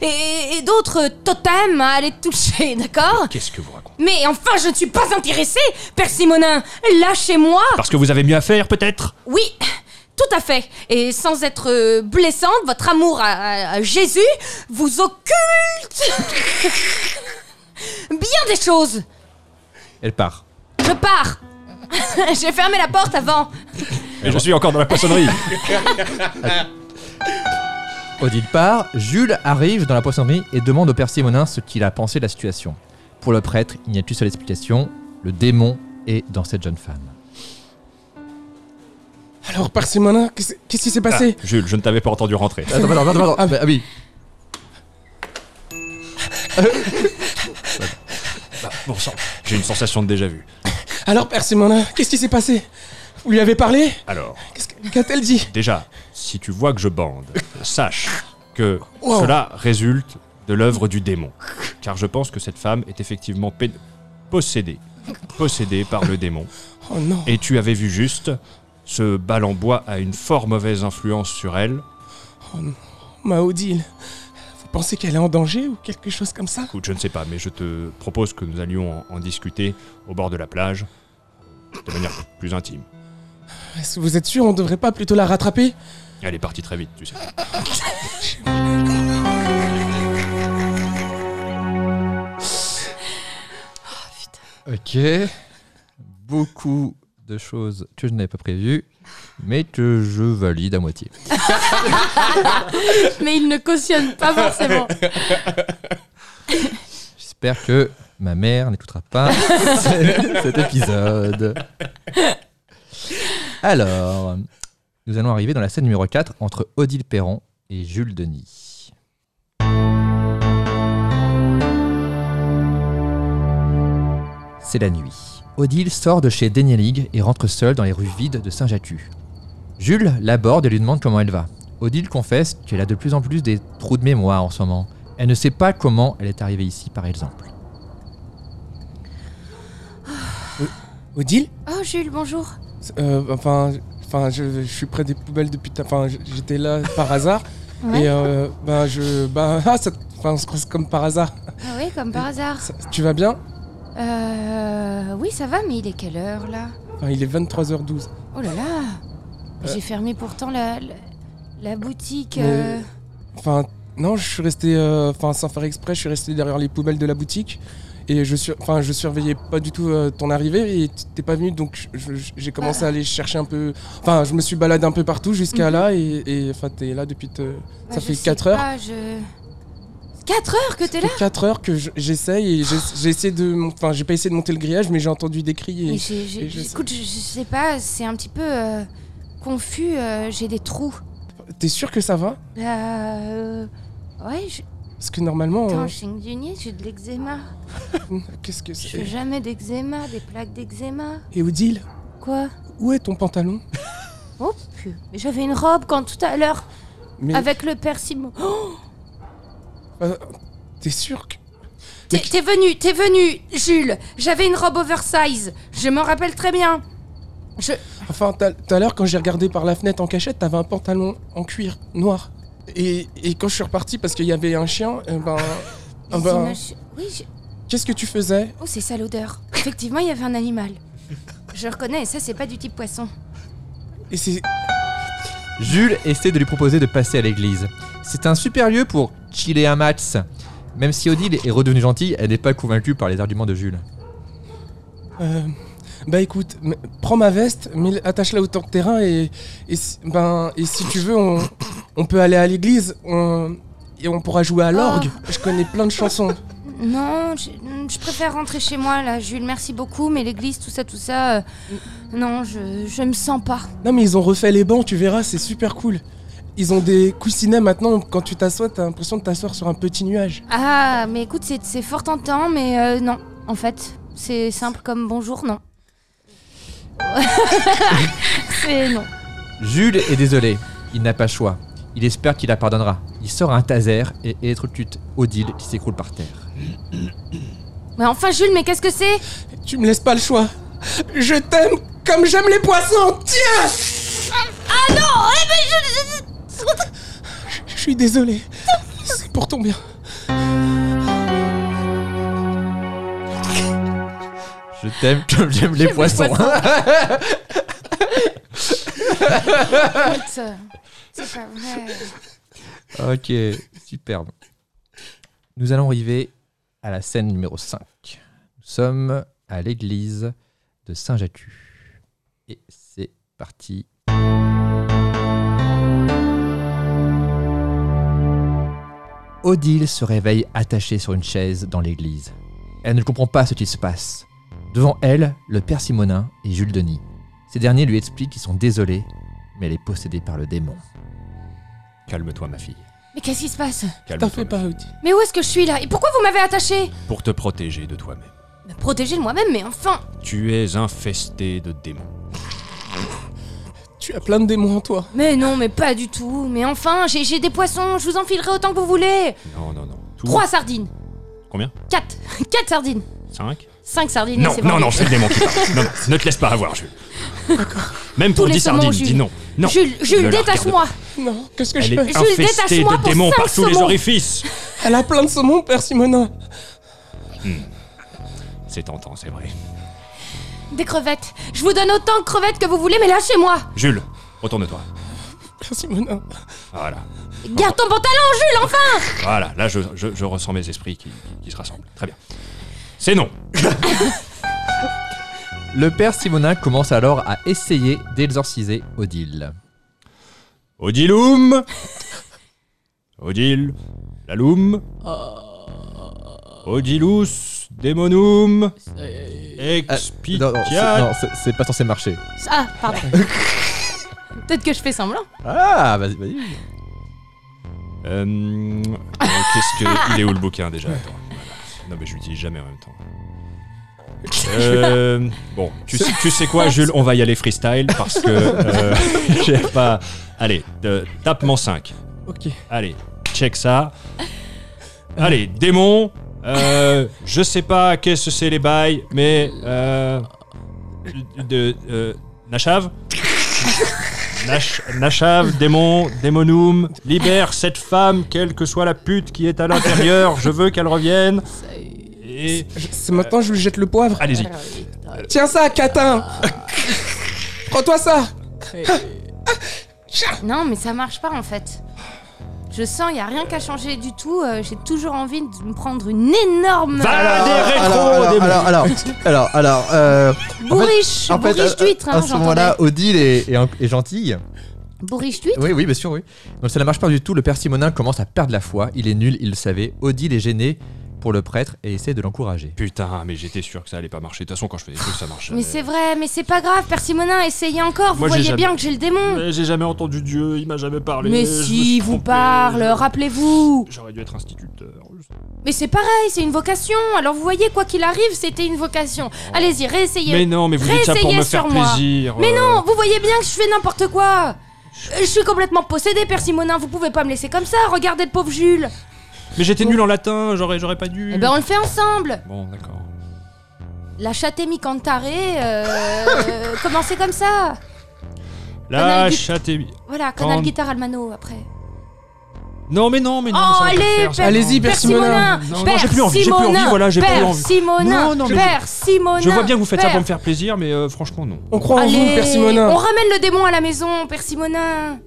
B: et, et d'autres totems à aller toucher, d'accord
D: Qu'est-ce que vous racontez
B: Mais enfin, je ne suis pas intéressée, Père Simonin Lâchez-moi
D: Parce que vous avez mieux à faire, peut-être
B: Oui, tout à fait. Et sans être euh, blessante, votre amour à, à- à Jésus vous occulte bien des choses.
A: Elle part.
B: Je pars. J'ai fermé la porte avant.
D: Et je suis encore dans la poissonnerie.
A: Odile part, Jules arrive dans la poissonnerie et demande au père Simonin ce qu'il a pensé de la situation. Pour le prêtre, il n'y a qu'une seule explication, le démon est dans cette jeune femme.
C: Alors, par ces malins, qu'est-ce qu'est-ce qui s'est passé
D: Ah, Jules, je ne t'avais pas entendu rentrer.
A: Attends, attends, attends, attends. Ah, bah, ah oui.
D: Bon sang, j'ai une sensation de déjà vu. Ah.
C: Alors, par ces malins, qu'est-ce qui s'est passé Vous lui avez parlé
D: Alors,
C: Qu'est-ce que- Qu'a-t-elle dit
D: déjà, si tu vois que je bande, sache que
C: Wow.
D: cela résulte de l'œuvre du démon. Car je pense que cette femme est effectivement pé- possédée. Possédée par le démon.
C: Oh non.
D: Et tu avais vu juste, ce bal en bois a une fort mauvaise influence sur elle.
C: Ma Odile, vous pensez qu'elle est en danger ou quelque chose comme ça
D: Écoute, je ne sais pas, mais je te propose que nous allions en, en discuter au bord de la plage, de manière plus intime.
C: Est-ce que vous êtes sûr on devrait pas plutôt la rattraper
D: Elle est partie très vite, tu sais.
A: Ok. Beaucoup de choses que je n'avais pas prévues, mais que je valide à moitié.
B: Mais il ne cautionne pas forcément.
A: J'espère que ma mère n'écoutera pas cet épisode. Alors, nous allons arriver dans la scène numéro 4 entre Odile Perron et Jules Denis. C'est la nuit. Odile sort de chez Denielig et rentre seule dans les rues vides de Saint-Jatu. Jules l'aborde et lui demande comment elle va. Odile confesse qu'elle a de plus en plus des trous de mémoire en ce moment. Elle ne sait pas comment elle est arrivée ici, par exemple.
C: Odile
B: Oh Jules, bonjour.
C: Euh, Enfin, enfin, je, je suis près des poubelles depuis. ta- Enfin, je- j'étais là par hasard
B: Ouais.
C: et euh, bah je, bah ah, ça, enfin, on se croise comme par hasard.
B: Ah oui, comme par hasard.
C: Ça- tu vas bien
B: Euh, oui, ça va, mais il est quelle heure là
C: Enfin, il est 23h12.
B: Oh là là.
C: Euh.
B: J'ai fermé pourtant la, la, la boutique. euh.
C: Enfin, non, je suis resté, euh, enfin, sans faire exprès, je suis resté derrière les poubelles de la boutique. Et je, sur... enfin, je surveillais pas du tout euh, ton arrivée et t- t'es pas venu donc je- je- j'ai commencé à aller chercher un peu. Enfin, je me suis baladé un peu partout jusqu'à là et, et enfin, t'es là depuis. te-
B: Bah,
C: ça
B: Mhm. je
C: fait
B: sais
C: 4 heures.
B: pas, je- 4 heures que t'es là
C: fait 4 heures que je- j'essaye et j'ess- j'ai essayé de. mon- Enfin, j'ai pas essayé de monter le grillage, mais j'ai entendu des cris.
B: Mais
C: Et...
B: j'ai- j'ai-
C: et je sais-
B: Écoute, je, je sais pas, c'est un petit peu euh, confus, euh, j'ai des trous.
C: T'es sûr que ça va
B: Euh, ouais, je...
C: Parce que normalement.
B: Attends,
C: euh,
B: je signe du nez, j'ai de l'eczéma.
C: Qu'est-ce que
B: Je fais
C: c'est
B: jamais d'eczéma, des plaques d'eczéma.
C: Et Odile,
B: Quoi
C: où est ton pantalon
B: Oh, pu- mais j'avais une robe quand tout à l'heure,
C: Mais
B: avec le persil. Oh,
C: euh, t'es sûr que.
B: T'es t'es venu, t'es venu, Jules. J'avais une robe oversize. Je m'en rappelle très bien.
C: Enfin, t'as- tout à l'heure, quand j'ai regardé par la fenêtre en cachette, t'avais un pantalon en cuir noir. Et, et quand je suis reparti parce qu'il y avait un chien, eh ben. ah ben,
B: Ces images- Oui, je-
C: Qu'est-ce que tu faisais
B: oh, c'est ça l'odeur. Effectivement, il y avait un animal. Je reconnais, ça, c'est pas du type poisson.
C: Et c'est.
A: Jules essaie de lui proposer de passer à l'église. C'est un super lieu pour chiller un match. Même si Odile est redevenue gentille, elle n'est pas convaincue par les arguments de Jules.
C: euh, bah écoute, m- prends ma veste, mais attache-la au temps de terrain et, et si- ben et si tu veux, on, on peut aller à l'église on- et on pourra jouer à l'orgue. Je connais plein de chansons.
B: Non, je, je préfère rentrer chez moi, là, Jules. Merci beaucoup, mais l'église, tout ça, tout ça. euh,
C: Mm.
B: non, je, je me sens pas.
C: Non mais ils ont refait les bancs, tu verras, c'est super cool. Ils ont des coussinets maintenant. Quand tu t'assois, t'as l'impression de t'asseoir sur un petit nuage.
B: Ah, mais écoute, c'est c'est fort tentant, mais euh, non, en fait. C'est simple comme bonjour, non. c'est non.
A: Jules est désolé, il n'a pas le choix. Il espère qu'il la pardonnera. Il sort un taser et électrocute Odile qui s'écroule par terre.
B: Mais enfin, Jules, mais qu'est-ce que c'est
C: Tu me laisses pas le choix. Je t'aime comme j'aime les poissons. Tiens Ah non je... suis désolé. C'est pour ton bien.
A: Je t'aime comme j'aime les poissons.
B: Écoute, euh, C'est pas vrai.
A: ok, superbe. Nous allons arriver à la scène numéro 5. Nous sommes à l'église de Saint-Jacques. Et c'est parti. Odile se réveille attachée sur une chaise dans l'église. Elle ne comprend pas ce qui se passe. Devant elle, le père Simonin et Jules Denis. Ces derniers lui expliquent qu'ils sont désolés, mais elle est possédée par le démon.
D: Calme-toi, ma fille.
B: Mais qu'est-ce qui se passe
C: T'en
D: Calme-toi.
C: fais
D: ma
C: pas,
D: fille.
C: Audi.
B: Mais où est-ce que je suis là Et pourquoi vous m'avez attaché
D: Pour te protéger de toi-même.
B: Me protéger de moi-même, mais enfin
D: Tu es infesté de démons.
C: Tu as plein de démons en toi.
B: Mais non, mais pas du tout Mais enfin, j'ai j'ai des poissons, je vous enfilerai autant que vous voulez
D: Non, non, non. Tout-
B: Trois sardines
D: Combien
B: Quatre Quatre sardines
D: Cinq
B: Cinq sardines
D: Non,
B: c'est
D: non,
B: vendu.
D: non, c'est le démon qui parle. Non, non, ne te laisse pas avoir, Jules. Même pour
B: Tous les
D: 10
B: saumons,
D: sardines,
B: Jules.
D: dis non. Non.
B: Jules,
D: Ne
B: Jules,
D: la
B: détache-moi
C: Non, qu'est-ce que
D: Elle
C: je fais
D: est
B: Jules,
D: infestée
B: détache-moi
D: de
B: pour
D: démons
B: cinq
D: par tous les
B: saumons.
D: orifices.
C: Elle a plein de saumon, Persimonin.
D: C'est tentant, c'est vrai.
B: Des crevettes Je vous donne autant de crevettes que vous voulez, mais lâchez-moi
D: Jules, retourne-toi.
C: Persimonin.
D: Voilà.
B: Garde ton pantalon, Jules, enfin
D: Voilà, là je, je- je ressens mes esprits qui, qui se rassemblent. Très bien. C'est non.
A: Le père Simonin commence alors à essayer d'exorciser Odile.
D: Odiloum Odile, Laloum Odilus, Démonum
A: non, non, c'est- non,
D: Expitia
A: c'est- c'est pas censé marcher.
B: Ah, pardon Peut-être que je fais semblant
A: Ah, vas-y, vas-y.
D: Euh, euh, Qu'est-ce que. Il est où le bouquin déjà Attends. voilà. Non mais je l'utilise jamais en même temps. Euh, bon, tu sais, tu sais quoi, Jules On va y aller freestyle parce que euh, j'ai pas. Allez, euh, tape-moi 5.
C: Ok.
D: Allez, check ça. Allez, démon. Euh, je sais pas qu'est-ce que c'est les bails, mais euh, de euh, Nachav. Nach- Nachav, démon, démonum, libère cette femme, quelle que soit la pute qui est à l'intérieur. Je veux qu'elle revienne. Et
C: Je- C'est maintenant je lui jette le poivre.
D: allez-y.
C: Tiens ça, catin. Prends-toi ça.
B: Non, mais ça marche pas en fait. Je sens, il y a rien qu'à changer du tout. euh, J'ai toujours envie de me prendre une énorme
D: Va des rétro, démon.
A: Ah, alors, alors, alors, alors, euh,
B: bourriche,
A: en fait,
B: bourriche
A: à-
B: d'huître.
A: à,
B: hein,
A: ce moment-là, Odile est, est en- est gentille.
B: j'entendais. bourriche d'huître
A: Oui, oui, bien sûr, oui. Donc ça ne marche pas du tout. Le père Simonin commence à perdre la foi. Il est nul, il le savait. Odile est gênée pour le prêtre et essaie de l'encourager.
D: Putain, mais j'étais sûr que ça allait pas marcher. De toute façon, quand je fais des trucs, ça marche.
B: Mais c'est vrai, mais c'est pas grave, Persimonin, essayez encore. Vous
D: Moi, j'ai
B: voyez
D: jamais-
B: bien que j'ai le démon.
D: Mais j'ai jamais entendu Dieu, il m'a jamais parlé.
B: Mais
D: je me
B: si,
D: suis
B: il vous
D: trompé.
B: parle, rappelez-vous.
D: J'aurais dû être instituteur.
B: Mais c'est pareil, c'est une vocation. Alors vous voyez, quoi qu'il arrive, c'était une vocation.
D: Oh.
B: Allez-y, réessayez.
D: Mais non, mais vous dites ça pour
B: Réessayez
D: me faire
B: sur moi.
D: plaisir.
B: Mais
D: euh,
B: non, vous voyez bien que je fais n'importe quoi. Euh, Je suis complètement possédée, Persimonin. Vous pouvez pas me laisser comme ça. Regardez le pauvre Jules.
D: Mais j'étais nul en latin, j'aurais j'aurais pas dû.
B: Eh ben on le fait ensemble
D: Bon, d'accord.
B: La chatémie cantarée, euh, commencez comme ça
D: La
B: Canal Gu-
D: chatte est-
B: Voilà, canal
D: Quand-
B: guitare Almano après.
D: Non, mais non, mais non.
B: Oh,
D: ça va pas le
B: allez,
D: faire, ça.
B: Père-
C: Allez-y,
B: Père Simonin
D: Non, non,
B: Père
D: j'ai plus envie, j'ai plus envie,
B: Simonin,
D: voilà, j'ai plus
B: Père
D: envie.
B: Simonin
D: Non, non, mais
B: Père Simonin
D: Je vois bien que vous faites ça
B: Père-
D: pour me faire plaisir, mais euh, franchement, non.
C: On croit en
B: Allez,
C: vous, Père Simonin.
B: On ramène le démon à la maison, Père Simonin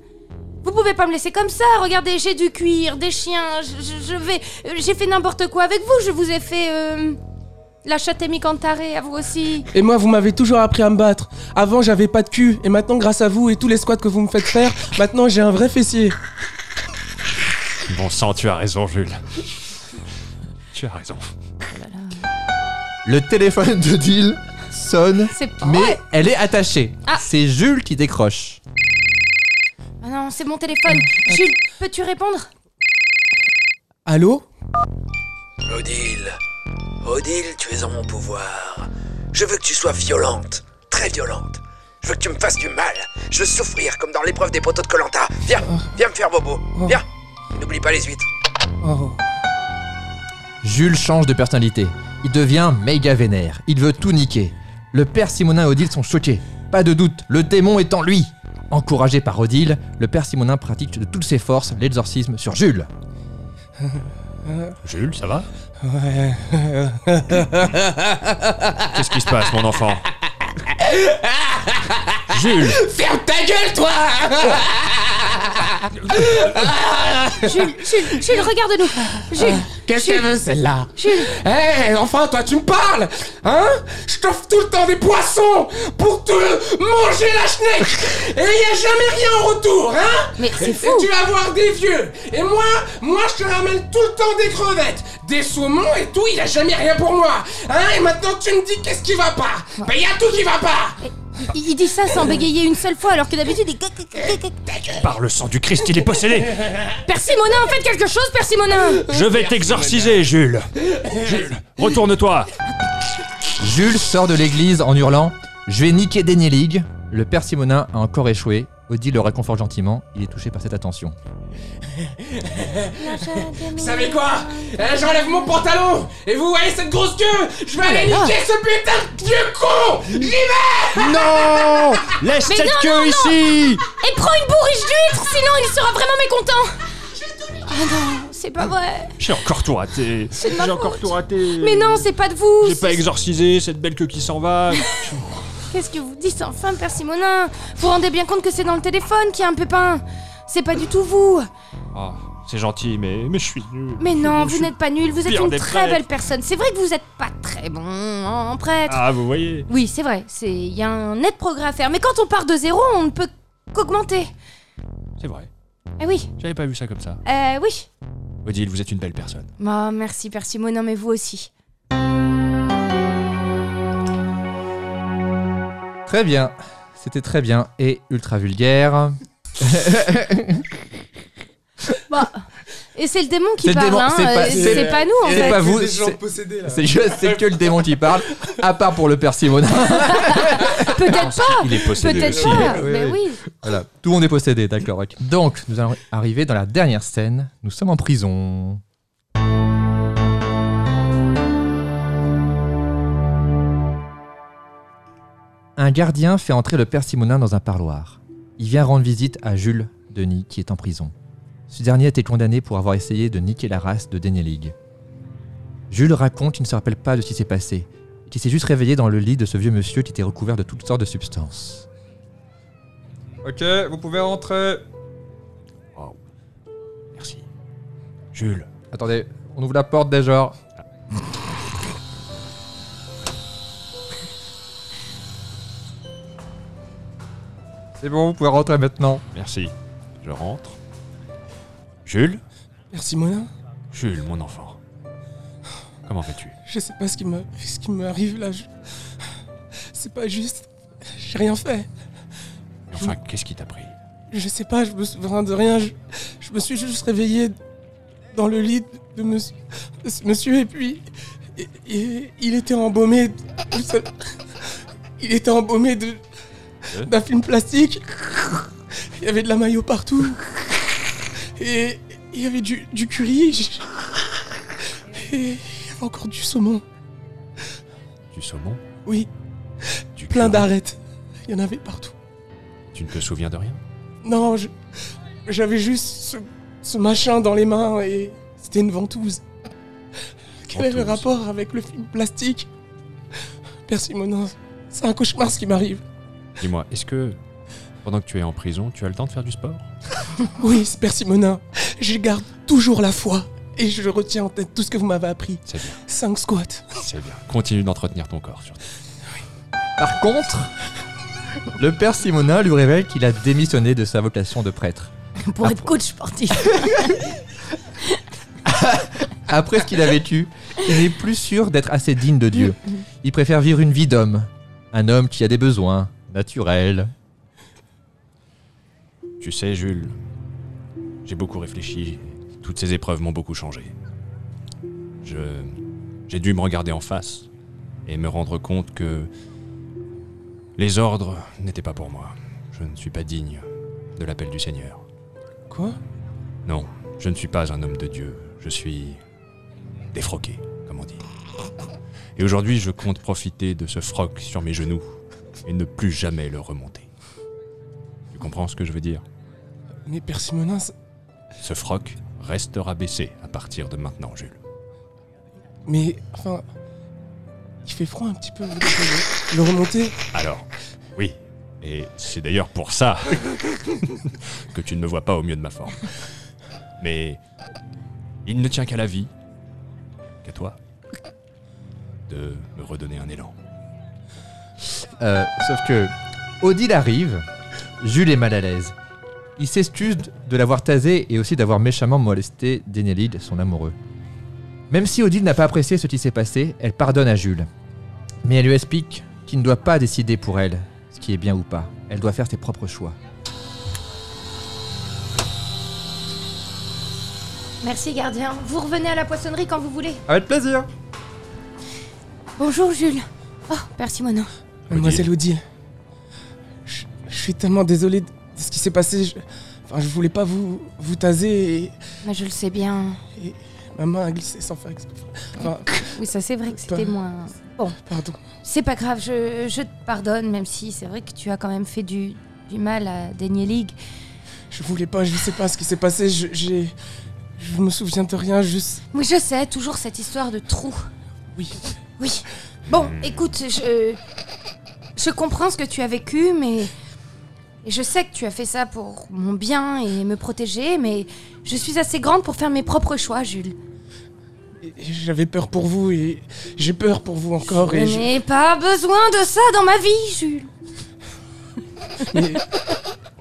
B: vous pouvez pas me laisser comme ça, regardez, j'ai du cuir, des chiens, je, je- je vais... euh, J'ai fait n'importe quoi avec vous, je vous ai fait... euh, la chatémie cantarée, à vous aussi.
C: Et moi, vous m'avez toujours appris à me battre. Avant, j'avais pas de cul. Et maintenant, grâce à vous et tous les squats que vous me faites faire, maintenant, j'ai un vrai fessier.
D: Bon sang, tu as raison, Jules. tu as raison.
A: Le téléphone de Deal sonne,
B: C'est pas
A: mais
B: vrai.
A: elle est attachée.
B: Ah.
A: C'est Jules qui décroche.
B: Ah non, c'est mon téléphone. Jules, peux-tu répondre
C: Allô
E: Odile, Odile, tu es en mon pouvoir. Je veux que tu sois violente, très violente. Je veux que tu me fasses du mal. Je veux souffrir comme dans l'épreuve des poteaux de Colanta. Viens, viens me faire bobo. Viens. Et N'oublie pas les huîtres.
C: Oh.
A: Jules change de personnalité. Il devient méga vénère. Il veut tout niquer. Le père Simonin et Odile sont choqués. Pas de doute, le démon est en lui. Encouragé par Odile, le père Simonin pratique de toutes ses forces l'exorcisme sur Jules.
D: Jules, ça va
C: Ouais.
D: Qu'est-ce qui se passe, mon enfant Jules
C: Ferme ta gueule, toi
B: Jules, Jules, Jules, regarde-nous. Jules,
C: Qu'est-ce qu'elle veut, celle-là
B: Jules.
C: Hé, enfin, toi, tu me parles Hein Je t'offre tout le temps des poissons pour te manger la schneck Et il n'y a jamais rien en retour, hein
B: Mais c'est
C: Et
B: fou.
C: Tu vas voir des vieux Et moi, moi, je te ramène tout le temps des crevettes, des saumons et tout, il n'y a jamais rien pour moi Hein Et maintenant, tu me dis qu'est-ce qui va pas Ben, il y a tout qui va pas
B: Il, il dit ça sans bégayer une seule fois, alors que d'habitude, il...
D: Par le sang du Christ, il est possédé
B: Persimonin, faites quelque chose, Persimonin
D: Je vais t'exorciser, Jules Jules, retourne-toi
A: Jules sort de l'église en hurlant Je vais niquer Daniel League. Le père Simonin a encore échoué. Odile le réconforte gentiment. Il est touché par cette attention.
C: Vous savez quoi Eh, J'enlève mon pantalon Et vous voyez cette grosse queue Je vais aller
B: Oh là.
C: niquer ce putain de vieux con J'y vais
D: Non Laisse
B: Mais
D: cette
B: non,
D: queue ici
B: Et prends une bourriche d'huîtres, sinon il sera vraiment mécontent Ah non, c'est pas vrai.
D: J'ai encore tout raté
B: C'est de ma
D: J'ai encore
B: faute.
D: tout raté
B: Mais non, c'est pas de vous.
D: J'ai pas
B: C'est-
D: exorcisé cette belle queue qui s'en va
B: Qu'est-ce que vous dites enfin, Persimonin Vous vous rendez bien compte que c'est dans le téléphone qu'il y a un pépin c'est pas du tout vous.
D: Oh, C'est gentil, mais, mais je suis nul
B: Mais non,
D: Je
B: vous
D: suis-
B: n'êtes pas nul, vous êtes
D: pire
B: une
D: des
B: très
D: prêtres.
B: belle personne. C'est vrai que vous êtes pas très bon en prêtre.
D: Ah, vous voyez
B: Oui, c'est vrai, c'est il y a un net progrès à faire. Mais quand on part de zéro, on ne peut qu'augmenter.
D: C'est vrai,
B: Eh oui,
D: j'avais pas vu ça comme ça.
B: euh, oui.
D: Odile, vous êtes une belle personne.
B: Bah, merci, Père Simonin, mais vous aussi.
A: Très bien. C'était très bien et ultra vulgaire.
B: Bah, et c'est le démon qui
A: C'est le
B: parle,
A: démon,
B: hein,
A: c'est pas-
B: euh,
A: c'est-
B: c'est pas nous en
A: c'est
B: fait.
A: pas vous, c'est- c'est juste- c'est que le démon qui parle, à part pour le père Simonin.
B: Peut-être pas,
D: Il est possédé
B: peut-être
D: aussi.
B: pas,
A: Oui,
B: mais
A: oui.
B: oui.
A: Voilà, tout le monde est possédé, d'accord. ok. Donc, nous allons arriver dans la dernière scène. Nous sommes en prison. Un gardien fait entrer le père Simonin dans un parloir. Il vient rendre visite à Jules Denis, qui est en prison. Ce dernier a été condamné pour avoir essayé de niquer la race de Daniel League. Jules raconte qu'il ne se rappelle pas de ce qui s'est passé, et qu'il s'est juste réveillé dans le lit de ce vieux monsieur qui était recouvert de toutes sortes de substances.
F: Ok, vous pouvez rentrer.
D: Merci. Jules.
A: Attendez, on ouvre la porte déjà. C'est bon, vous pouvez rentrer maintenant.
D: Merci. Je rentre. Jules
C: Merci, Monin.
D: Jules, mon enfant. Comment vas-tu
C: Je sais pas ce qui me, ce qui me arrive là. je- C'est pas juste. J'ai rien fait.
D: Enfin, qu'est-ce qui t'a pris
C: Je sais pas, je me souviens de rien. Je, je me suis juste réveillé dans le lit de, monsieur, de ce monsieur et puis. et- et il était embaumé. tout seul. Il était embaumé de.
D: Ouais.
C: d'un film plastique. Il y avait de la maillot partout. Et il y avait du, du curry. Je- Et il y avait encore du saumon.
D: Du saumon
C: Oui,
D: Du
C: plein
D: curry.
C: d'arêtes. Il y en avait partout.
D: Tu ne te souviens de rien
C: Non, je- j'avais juste ce, ce machin dans les mains et c'était une ventouse. Quel est le
D: Ventouse.
C: rapport avec le film plastique Persimonin, c'est un cauchemar ce qui m'arrive.
D: Dis-moi, est-ce que pendant que tu es en prison, tu as le temps de faire du sport
C: Oui, c'est Persimonin. Je garde toujours la foi et je retiens en tête tout ce que vous m'avez appris.
D: C'est bien,
C: 5 squats.
D: c'est bien. Continue d'entretenir ton corps. surtout.
A: Par contre, le père Simonin lui révèle qu'il a démissionné de sa vocation de prêtre.
B: Pour être coach sportif.
A: Après ce qu'il a vécu, il n'est plus sûr d'être assez digne de Dieu. Il préfère vivre une vie d'homme. Un homme qui a des besoins naturels.
D: Tu sais, Jules, j'ai beaucoup réfléchi. Toutes ces épreuves m'ont beaucoup changé. Je. J'ai dû me regarder en face et me rendre compte que. Les ordres n'étaient pas pour moi. Je ne suis pas digne de l'appel du Seigneur.
C: Quoi
D: Non, je ne suis pas un homme de Dieu. Je suis. défroqué, comme on dit. Et aujourd'hui, je compte profiter de ce froc sur mes genoux et ne plus jamais le remonter. Tu comprends ce que je veux dire
C: Mais Persimonin, c'est-
D: Ce froc restera baissé à partir de maintenant, Jules.
C: mais enfin. Il fait froid un petit peu. vous voulez que je- Le remonter
D: Alors, oui. Et c'est d'ailleurs pour ça que tu ne me vois pas au mieux de ma forme. Mais il ne tient qu'à la vie, qu'à toi, de me redonner un élan.
A: Euh, sauf que Odile arrive, Jules est mal à l'aise. Il s'excuse de l'avoir tasé et aussi d'avoir méchamment molesté Denelid, son amoureux. Même si Odile n'a pas apprécié ce qui s'est passé, elle pardonne à Jules. Mais elle lui explique qu'il ne doit pas décider pour elle ce qui est bien ou pas. Elle doit faire ses propres choix.
B: Merci, gardien. Vous revenez à la poissonnerie quand vous voulez.
F: Avec plaisir.
B: Bonjour, Jules. Oh, Persimonin.
C: Mademoiselle Odile, je, je suis tellement désolé de de ce qui s'est passé. Je, enfin, je voulais pas vous, vous taser et
B: Bah, je le sais bien.
C: ma main a glissé sans faire exprès. Enfin,
B: Oui, ça, c'est vrai que c'était
C: Pas-
B: moins...
C: pardon.
B: C'est pas grave, je, je te pardonne, même si c'est vrai que tu as quand même fait du, du mal à Daniel League.
C: Je voulais pas, je sais pas ce qui s'est passé. Je, j'ai, je me souviens de rien, juste.
B: Oui, je sais, toujours cette histoire de trou.
C: Oui.
B: Oui. Bon, écoute, je. euh, Je comprends ce que tu as vécu, mais. Et je sais que tu as fait ça pour mon bien et me protéger, mais je suis assez grande pour faire mes propres choix, Jules.
C: Et- et J'avais peur pour vous et j'ai peur pour vous encore.
B: je
C: Et je-
B: n'ai pas besoin de ça dans ma vie, Jules.
C: mais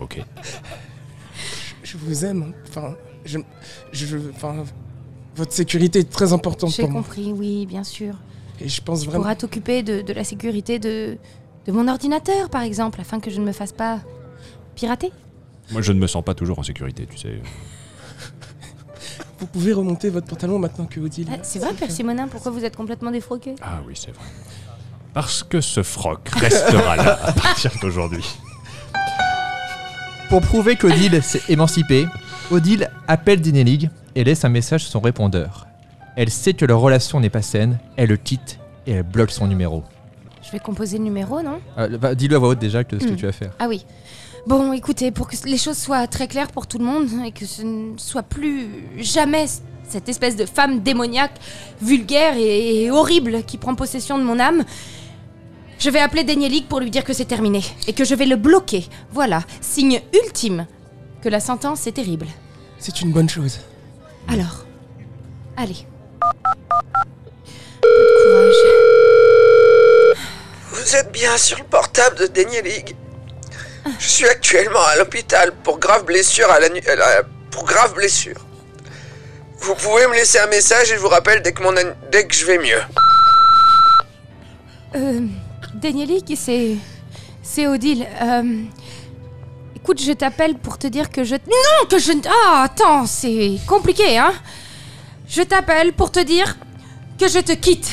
D: Ok.
C: je vous aime. Enfin, je, je, enfin, votre sécurité est très importante
B: J'ai
C: pour moi.
B: compris, oui, bien sûr.
C: Et je pense
B: Tu
C: vraiment.
B: pourras t'occuper de, de la sécurité de, de mon ordinateur, par exemple, afin que je ne me fasse pas pirater.
D: Moi, je ne me sens pas toujours en sécurité, tu sais.
C: Vous pouvez remonter votre pantalon maintenant que Odile.
B: Ah, c'est vrai, Persimonin, pourquoi vous êtes complètement défroqué
D: Ah oui, c'est vrai. Parce que ce froc restera là à partir d'aujourd'hui.
A: Pour prouver qu'Odile s'est émancipée, Odile appelle Dinelig et laisse un message sur son répondeur. Elle sait que leur relation n'est pas saine, elle le quitte et elle bloque son numéro.
B: Je vais composer le numéro, non
A: Euh, bah, Dis-le à voix haute déjà que ce que
B: Hmm.
A: tu vas faire.
B: Ah oui. Bon, écoutez, pour que les choses soient très claires pour tout le monde et que ce ne soit plus jamais c- cette espèce de femme démoniaque, vulgaire et, et horrible qui prend possession de mon âme, je vais appeler Danielik pour lui dire que c'est terminé et que je vais le bloquer. Voilà, signe ultime que la sentence est terrible.
C: C'est une bonne chose.
B: Alors, allez. Peu de courage.
E: Vous êtes bien sur le portable de Denielig. Je suis actuellement à l'hôpital pour grave blessure à la, nu- à la- pour grave blessure. Vous pouvez me laisser un message et je vous rappelle dès que mon an- dès que je vais mieux.
B: Euh, Danielik, c'est. C'est Odile. Euh, écoute, je t'appelle pour te dire que je. Non, que je. Ah, attends, c'est compliqué, hein. Je t'appelle pour te dire que je te quitte.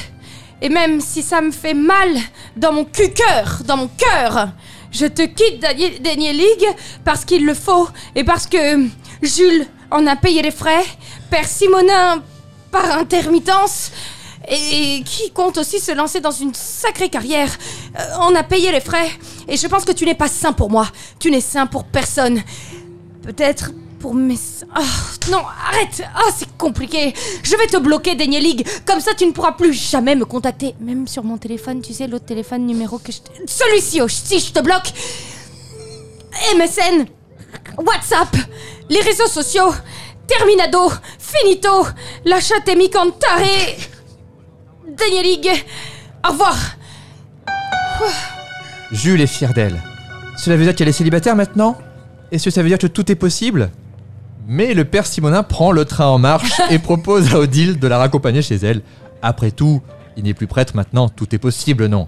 B: Et même si ça me fait mal dans mon cul-cœur, dans mon cœur, je te quitte, Danie- Danielik, parce qu'il le faut et parce que Jules en a payé les frais, Père Simonin par intermittence et qui compte aussi se lancer dans une sacrée carrière. Euh, on a payé les frais et je pense que tu n'es pas sain pour moi. Tu n'es sain pour personne. Peut-être pour mes... Oh, non, arrête Ah, c'est compliqué Je vais te bloquer, Daniel League Comme ça, tu ne pourras plus jamais me contacter. Même sur mon téléphone, tu sais, l'autre téléphone numéro que je... t- Celui-ci, oh, si je te bloque MSN WhatsApp Les réseaux sociaux Terminado Finito La chatte est mi cantare Daniel League Au revoir
A: Jules est fier d'elle. Cela veut dire qu'elle est célibataire maintenant Est-ce que ça veut dire que tout est possible Mais le père Simonin prend le train en marche et propose à Odile de la raccompagner chez elle. Après tout, il n'est plus prêtre maintenant, tout est possible, non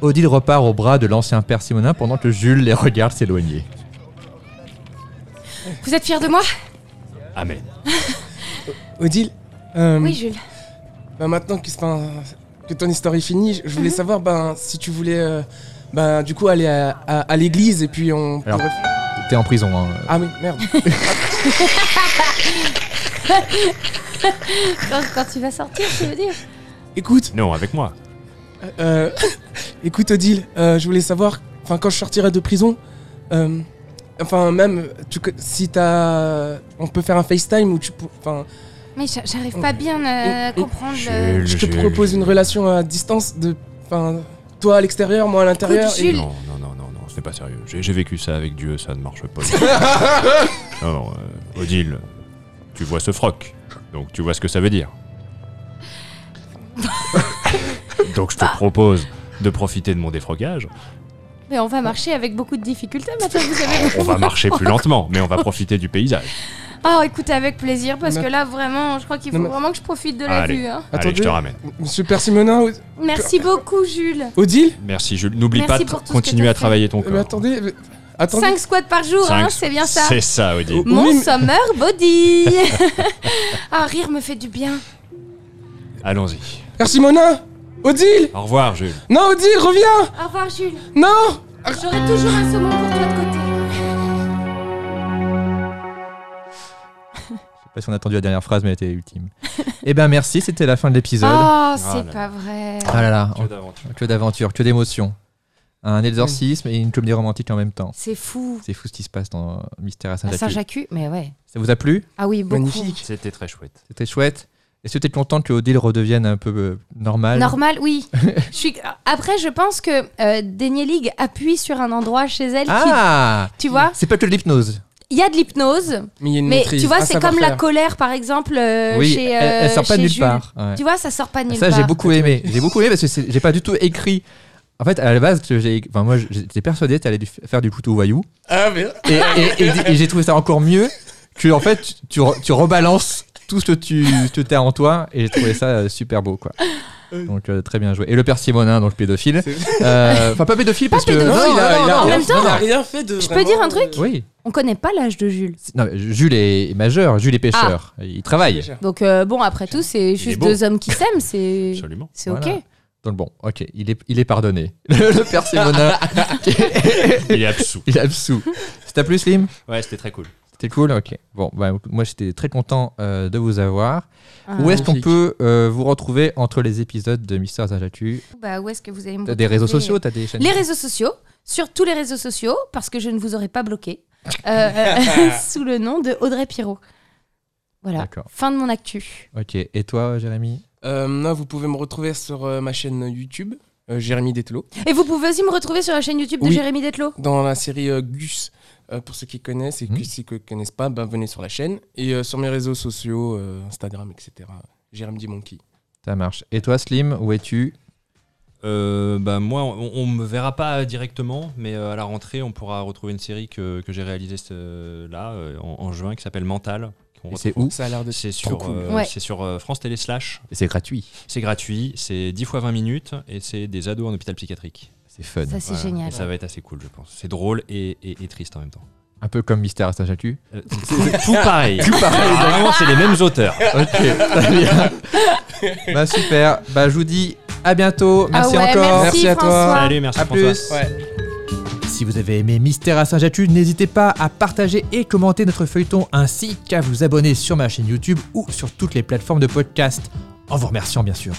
A: Odile repart au bras de l'ancien père Simonin pendant que Jules les regarde s'éloigner.
B: Vous êtes fiers de moi
D: Amen.
C: Odile, euh,
B: Oui, Jules.
C: bah, maintenant que, enfin, que ton histoire est finie, je voulais savoir ben, si tu voulais euh, ben, du coup aller à, à- à l'église et puis on
A: Alors.
C: pourrait-
A: T'es en prison, hein
C: Ah oui, merde.
B: Quand, quand tu vas sortir, tu veux dire
C: Écoute,
D: Non, avec moi.
C: euh, écoute Odile, euh, je voulais savoir, enfin quand je sortirai de prison, euh, enfin même tu, co- si t'as, on peut faire un FaceTime où tu, pour- enfin
B: Mais j'a- j'arrive pas bien à
C: Oh, oh,
B: comprendre le...
D: Jules,
C: je te
D: Jules,
C: propose une
D: Jules.
C: relation à distance de, enfin toi à l'extérieur, moi à l'intérieur.
B: Jules.
D: Non, non, non, non, non, ce n'est pas sérieux. J'ai j'ai vécu ça avec Dieu, ça ne marche pas. non, non, euh, Odile, tu vois ce froc, donc tu vois ce que ça veut dire. donc je te propose de profiter de mon défrogage.
B: Mais on va marcher avec beaucoup de difficultés maintenant, vous savez.
D: On va marcher plus lentement, mais on va profiter du paysage.
B: Oh, écoutez, avec plaisir, parce
C: Non.
B: que là, vraiment, je crois qu'il faut
C: Non, mais-
B: vraiment que je profite de la
D: Allez.
B: vue. hein.
D: Allez, je te
C: Attendez.
D: ramène.
C: Monsieur Persimonin, Od-
B: Merci beaucoup, Jules.
C: Odile,
D: Merci Jules. N'oublie
B: Merci
D: pas de
B: pour tout ce que
D: continuer
B: t'as
D: à
B: fait.
D: travailler ton
C: Euh, mais
D: corps.
C: attendez, mais- attendez.
B: 5 squats par jour,
D: Cinq-
B: hein, c'est bien ça.
D: C'est ça, Odile.
B: Mon
C: Oui, mais-
B: summer body. ah, rire me fait du bien. Oh.
D: Allons-y.
C: Persimonin, Odile,
D: Au revoir, Jules.
C: non Odile, reviens,
B: Au revoir, Jules.
C: non.
B: J'aurai toujours un saumon pour toi de côté.
A: Je sais pas si on a attendu la dernière phrase, mais elle était ultime. eh ben merci, c'était la fin de l'épisode.
B: Oh,
D: là
B: c'est
D: Ah, là.
B: pas vrai.
A: Ah là là,
D: Que d'aventure.
A: que d'aventure, que d'émotion. Un exorcisme et une comédie romantique en même temps.
B: C'est fou.
D: Ah,
A: C'est fou ce qui se passe dans Mystère à
B: À
A: Saint-Jacques.
B: Saint-Jacques, mais ouais.
A: Ça vous a plu
B: Ah oui, beaucoup.
D: C'était très chouette.
A: C'était chouette Est-ce que t'es contente que Odile redevienne un peu euh, normale
B: Normal, oui. je suis... Après, je pense que euh, Daniel League appuie sur un endroit chez elle qui...
A: Ah
B: Tu vois,
A: C'est pas que de l'hypnose.
B: il y a de l'hypnose,
C: Mais il y a une
B: mais
C: maîtrise, Ah,
B: tu vois,
C: un
B: c'est comme la
C: savoir-faire.
B: colère, par exemple, euh,
A: oui,
B: chez,
A: elle, elle
B: euh,
A: sort pas
B: chez
A: nulle
B: Jules.
A: part. Ouais.
B: Tu vois, ça sort pas nulle
A: Ça,
B: part.
A: j'ai beaucoup aimé. J'ai beaucoup aimé parce que c'est- j'ai pas du tout écrit. En fait, à la base, que j'ai- enfin, moi, j'étais persuadé que t'allais du- faire du couteau voyou.
C: Ah mais
A: Et, et- et- et j'ai trouvé ça encore mieux que, en fait, tu- tu, re- tu rebalances tout ce que tu as en toi. Et j'ai trouvé ça euh, super beau, quoi. Donc, euh, très bien joué. Et le père Simonin, donc pédophile. Euh, Enfin, pas pédophile parce que.
B: pédophile,
A: il a-
C: non,
A: il a-
C: non,
B: en
A: il a-
B: même temps,
A: non, non.
C: rien fait de.
B: Je peux dire un truc
A: Oui.
B: On connaît pas l'âge de Jules.
A: C'est- Non, mais Jules est est majeur, Jules est pêcheur.
B: Ah.
A: Il travaille.
B: Donc, euh, bon, après tout, c'est
D: est
B: juste
D: beau.
B: deux hommes qui s'aiment, c'est.
D: Absolument.
B: C'est
A: Voilà.
B: ok.
A: Donc bon, ok, il est, il est pardonné. le père Simonin,
D: Il est absous.
A: il est absous. Ça t'a plu, Slim
D: Ouais, c'était très cool.
A: C'était cool Ok. Bon, bah, écoute, moi j'étais très content euh, de vous avoir.
B: Ah,
A: Où est-ce qu'on
C: magnifique.
A: peut euh, vous retrouver entre les épisodes de Mister Zajaku
B: Bah, où est-ce que vous allez me
A: T'as des réseaux
B: retrouver
A: sociaux, t'as des chaînes
B: Les réseaux sociaux, sur tous les réseaux sociaux, parce que je ne vous aurais pas bloqué, euh, euh, sous le nom de Audrey Pirot. Voilà,
A: D'accord.
B: fin de mon actu.
A: Ok, et toi, Jérémy
C: Euh, non, vous pouvez me retrouver sur euh, ma chaîne YouTube, euh, Jérémy Detelo,
B: Et vous pouvez aussi me retrouver sur la chaîne YouTube de
C: Oui.
B: Jérémy Detlo.
C: dans la série euh, Gus. euh, pour ceux qui connaissent et
A: Mhm.
C: que, ceux qui ne connaissent pas, bah, venez sur la chaîne. Et euh, sur mes réseaux sociaux, euh, Instagram, etc. Jérémy Dimonkey.
A: Ça marche. Et toi, Slim, où es-tu
D: Euh, bah moi, on, on me verra pas directement, mais euh, à la rentrée, on pourra retrouver une série que, que j'ai réalisée ce- là euh, en, en juin qui s'appelle Mental. qu'on
A: Et C'est
D: retrouve-
A: où
C: Ça a l'air de.
D: C'est
A: Trop
D: sur,
A: cool.
D: euh,
B: Ouais.
D: c'est sur euh, France Télé Slash.
A: Et c'est gratuit.
D: C'est gratuit, c'est 10 fois 20 minutes et c'est des ados en hôpital psychiatrique.
A: C'est fun.
B: Ça, c'est
D: Voilà.
B: génial.
D: Et ça va être assez cool, je pense. C'est drôle et, et- et triste en même temps.
A: Un peu comme Mister Zajaku.
D: Euh, tout, tout pareil. Tout pareil. c'est les mêmes auteurs.
A: Ok, très bien. bah super. Bah je vous dis à bientôt. Merci
B: ah ouais,
A: encore.
B: Merci,
C: Merci à toi.
B: François.
D: Salut, merci
A: À
D: François.
A: plus.
C: Ouais.
G: Si
A: si vous avez aimé Mystère à Saint-Jatu, n'hésitez pas à partager et commenter notre feuilleton ainsi qu'à vous abonner sur ma chaîne YouTube ou sur toutes les plateformes de podcast. En vous remerciant bien sûr.